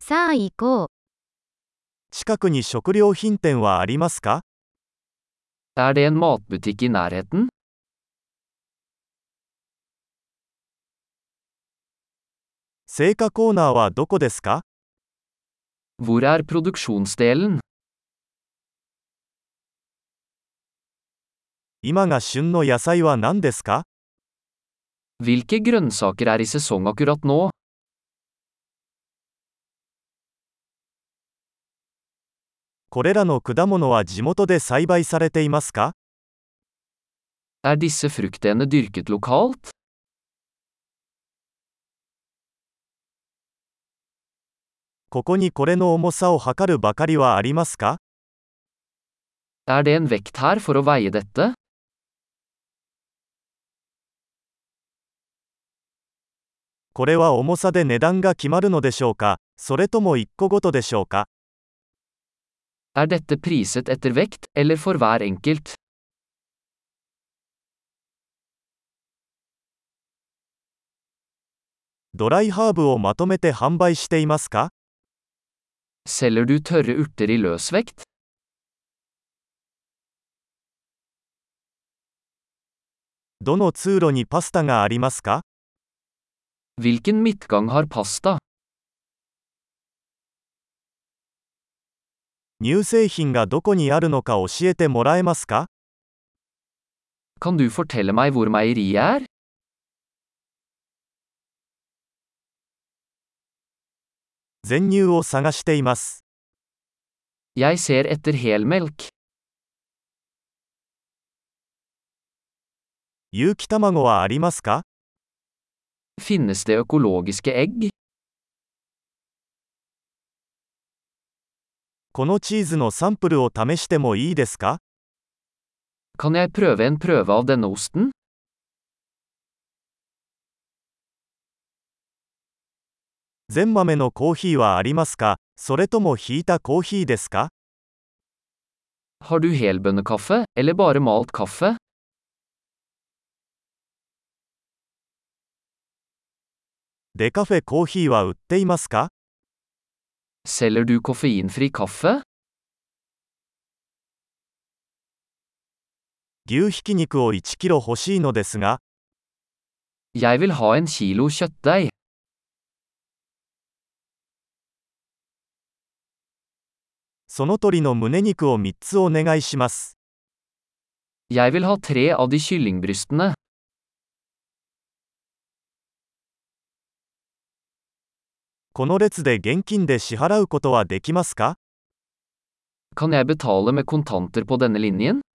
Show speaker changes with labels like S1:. S1: さあ行こう。
S2: 近くに食料品店はありますか
S3: Er det en matbutikk i nærheten?
S2: 青果コーナーはどこですか
S3: Hvor er produksjonsdelen?
S2: 今が旬の野菜は何ですか
S3: Hvilke grønnsaker er i sesong akkurat nå?
S2: これらの果物は地元で栽培されていますか
S3: Er disse fruktene dyrket lokalt?
S2: ここにこれの重さを測るばかりはありますか
S3: Er det en vekt her for å veie dette?
S2: これは重さで値段が決まるのでしょうかそれとも1個ごとでしょうか
S3: Er dette priset etter vekt, eller for hver enkelt?
S2: ドライハーブをまとめて販売していますか
S3: Selger du tørre urter i løsvekt?
S2: どの通路にパスタがありますか
S3: Hvilken midtgang har pasta?
S2: 乳製品がどこにあるのか教えてもらえますか
S3: Kan du fortelle meg hvor meieriet er?
S2: 全乳を探しています。
S3: Jeg ser etter helmelk.
S2: 有機卵はありますか
S3: Finnes det økologiske egg?
S2: このチーズのサンプルを試してもいいですか
S3: Kan jeg prøve en prøve av denne osten?
S2: 全豆のコーヒーはありますかそれともひいたコーヒーですか
S3: Har du helbønnekaffe, eller bare malt kaffe?
S2: デカフェコーヒーは売っていますか
S3: Selger du koffeinfri kaffe?
S2: 牛ひき肉を1キロ欲しいのですが、
S3: Jeg vil ha en kilo kjøttdeig.
S2: その鳥の胸肉を3つお願いします。
S3: Jeg vil ha tre av de kyllingbrystene.
S2: この列で現金で支払うことはできますか
S3: Kan jeg betale med kontanter på denne linjen?